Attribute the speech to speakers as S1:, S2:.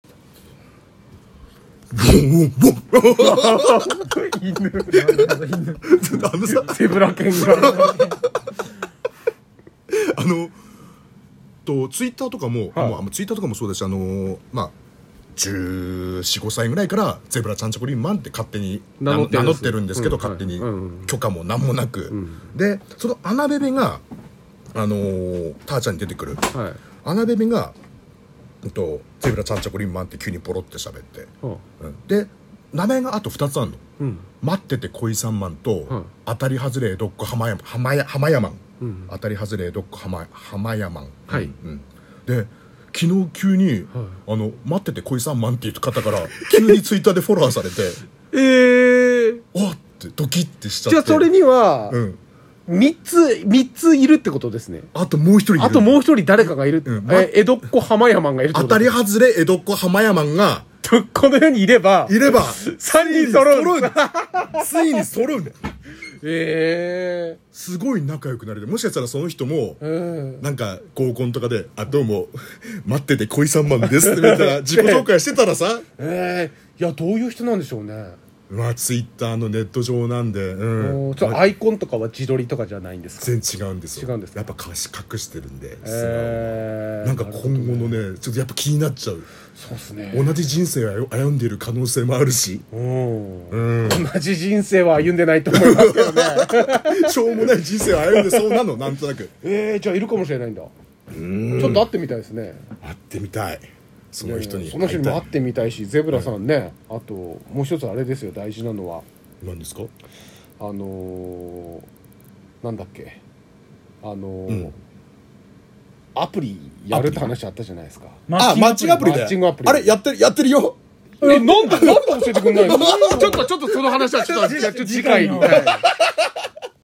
S1: 犬
S2: 犬
S3: あのさ
S2: ゼブラ犬が
S3: あのとツイッターとかも,、
S2: はい
S3: もうあツイッターとかもそうだしあのーまあ1415歳ぐらいから「ゼブラちゃんちょこりんまん」って勝手に
S2: 名乗ってるん
S3: るんで
S2: です
S3: すけど、
S2: うん
S3: 勝手に
S2: はいうんうん
S3: 許可も何もなく、
S2: ん
S3: でそのアナベベがあのーターちゃんに出てくる
S2: はい
S3: アナベベが「うんとゼブラちゃんちょこりんまん」って急にポロって喋って、
S2: は
S3: うんで名前があと2つあるの
S2: あうん
S3: 「待ってて恋さんまん」と
S2: はい
S3: 「当たり外れどっこ浜山浜や浜山ん」
S2: うん
S3: 当たり外れどっこ浜浜山ん
S2: はい
S3: うん、で昨日急に、
S2: はい
S3: あの「待ってて恋さんマン」っていう方から急にツイッターでフォローさ れて
S2: えー、
S3: おっってドキッてしちゃって
S2: じゃあそれには
S3: うん、
S2: 三つ三ついるってことですね
S3: あともう一人いる
S2: あともう一人誰かがいる、
S3: うん
S2: え江戸っ子浜山がいるって
S3: 当
S2: こと
S3: たり外れ江戸っ子浜山んが
S2: この世にいれば
S3: い れば
S2: 三人揃う
S3: 揃うついに揃うね
S2: え
S3: すごい仲良くなれるもしかしたらその人も
S2: えうん
S3: なんか合コンとかで「あどうも待ってて恋さんマンです」って言ったら自己紹介してたらさ
S2: ええいやどういう人なんでしょうね
S3: まあツイッターのネット上なんでう
S2: お
S3: ん
S2: ーそれアイコンとかは自撮りとかじゃないんですか
S3: 全然違うんですよ
S2: 違うんですか
S3: やっぱかし隠してるんで、素直に
S2: ええ
S3: なんか今後のねちょっとやっぱ気になっちゃう
S2: そうですね
S3: 同じ人生を歩んでいる可能性もある し
S2: うん
S3: ん
S2: 同じ人生は歩んでないと思いますけどね
S3: しょうもない人生を歩んでそうなのなんとなく
S2: ええじゃあいるかもしれないんだちょっと会ってみたいですね
S3: 会ってみたいその人に
S2: その人にも
S3: 会
S2: 会っ
S3: い
S2: てみたいしゼブラさんね、あともう一つあれですよ大事なのは
S3: たい何ですか
S2: あのーなんだっけあのー
S3: うん
S2: アプリやるって話あったじゃないですか
S3: あマッチングアプリ
S2: マ
S3: で
S2: ッチングアプリ
S3: あれやってるやってるよ
S2: えなんでなんで教えてくんないのちょっとちょっとその話はちょっと
S1: ちょっと
S2: 次回に
S1: 次回に